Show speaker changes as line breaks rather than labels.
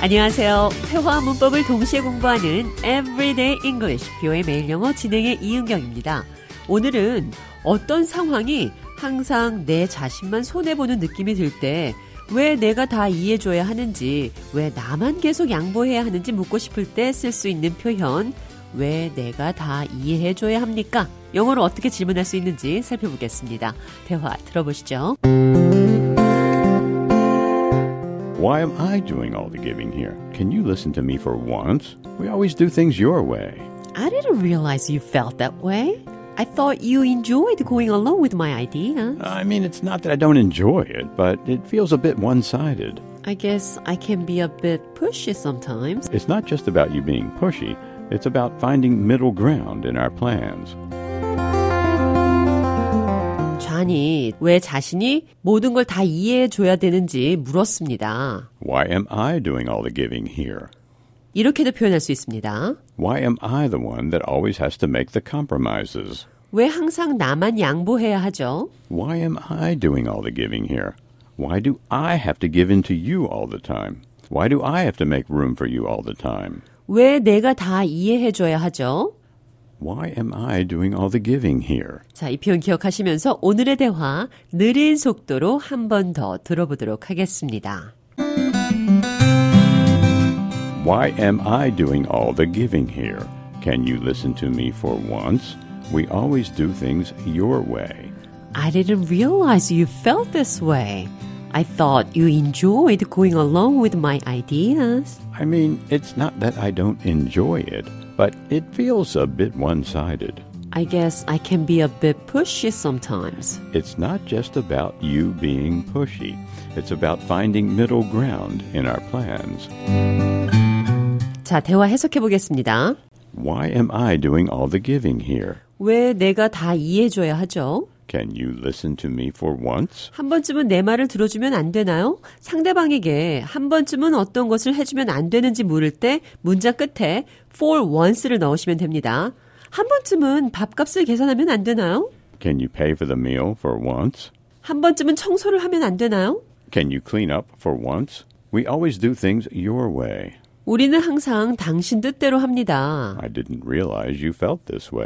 안녕하세요. 회화와 문법을 동시에 공부하는 Everyday English, 뷰의 매일 영어 진행의 이은경입니다. 오늘은 어떤 상황이 항상 내 자신만 손해보는 느낌이 들 때 왜 내가 다 이해줘야 하는지, 왜 나만 계속 양보해야 하는지 묻고 싶을 때 쓸 수 있는 표현, 왜 내가 다 이해해줘야 합니까? 영어로 어떻게 질문할 수 있는지 살펴보겠습니다. 대화 들어보시죠.
Why am I doing all the giving here? Can you listen to me for once? We always do things your way.
I didn't realize you felt that way. I thought you enjoyed going along with my idea.
I mean, it's not that I don't enjoy it, but it feels a bit one sided.
I guess I can be a bit pushy sometimes.
It's not just about you being pushy, it's about finding middle ground in our plans.
좌니 왜 자신이 모든 걸 다 이해해 줘야 되는지 물었습니다.
Why am I doing all the giving here?
이렇게도 표현할 수 있습니다.
Why am I the one that always has to make the compromises?
왜 항상 나만 양보해야 하죠?
Why am I doing all the giving here? Why do I have to give in to you all the time? Why do I have to make room for you all the time?
왜 내가 다 이해해 줘야 하죠?
Why am I doing all the giving here?
자, 이 표현 기억하시면서 오늘의 대화 느린 속도로 한 번 더 들어보도록 하겠습니다.
Why am I doing all the giving here? Can you listen to me for once? We always do things your way.
I didn't realize you felt this way. I thought you enjoyed going along with my ideas.
I mean, it's not that I don't enjoy it, but it feels a bit one sided.
I guess I can be a bit pushy sometimes.
It's not just about you being pushy, it's about finding middle ground in our plans.
자, 대화 해석해 보겠습니다.
Why am I doing all the giving here?
왜 내가 다 이해해줘야 하죠?
Can you listen to me for once?
한 번쯤은 내 말을 들어주면 안 되나요? 상대방에게 한 번쯤은 어떤 것을 해주면 안 되는지 물을 때 문장 끝에 for once를 넣으시면 됩니다. 한 번쯤은 밥값을 계산하면 안 되나요?
Can you pay for the meal for once?
한 번쯤은 청소를 하면 안 되나요?
Can you clean up for once? We always do things your way.
우리는 항상 당신 뜻대로 합니다.
I didn't realize you felt this way.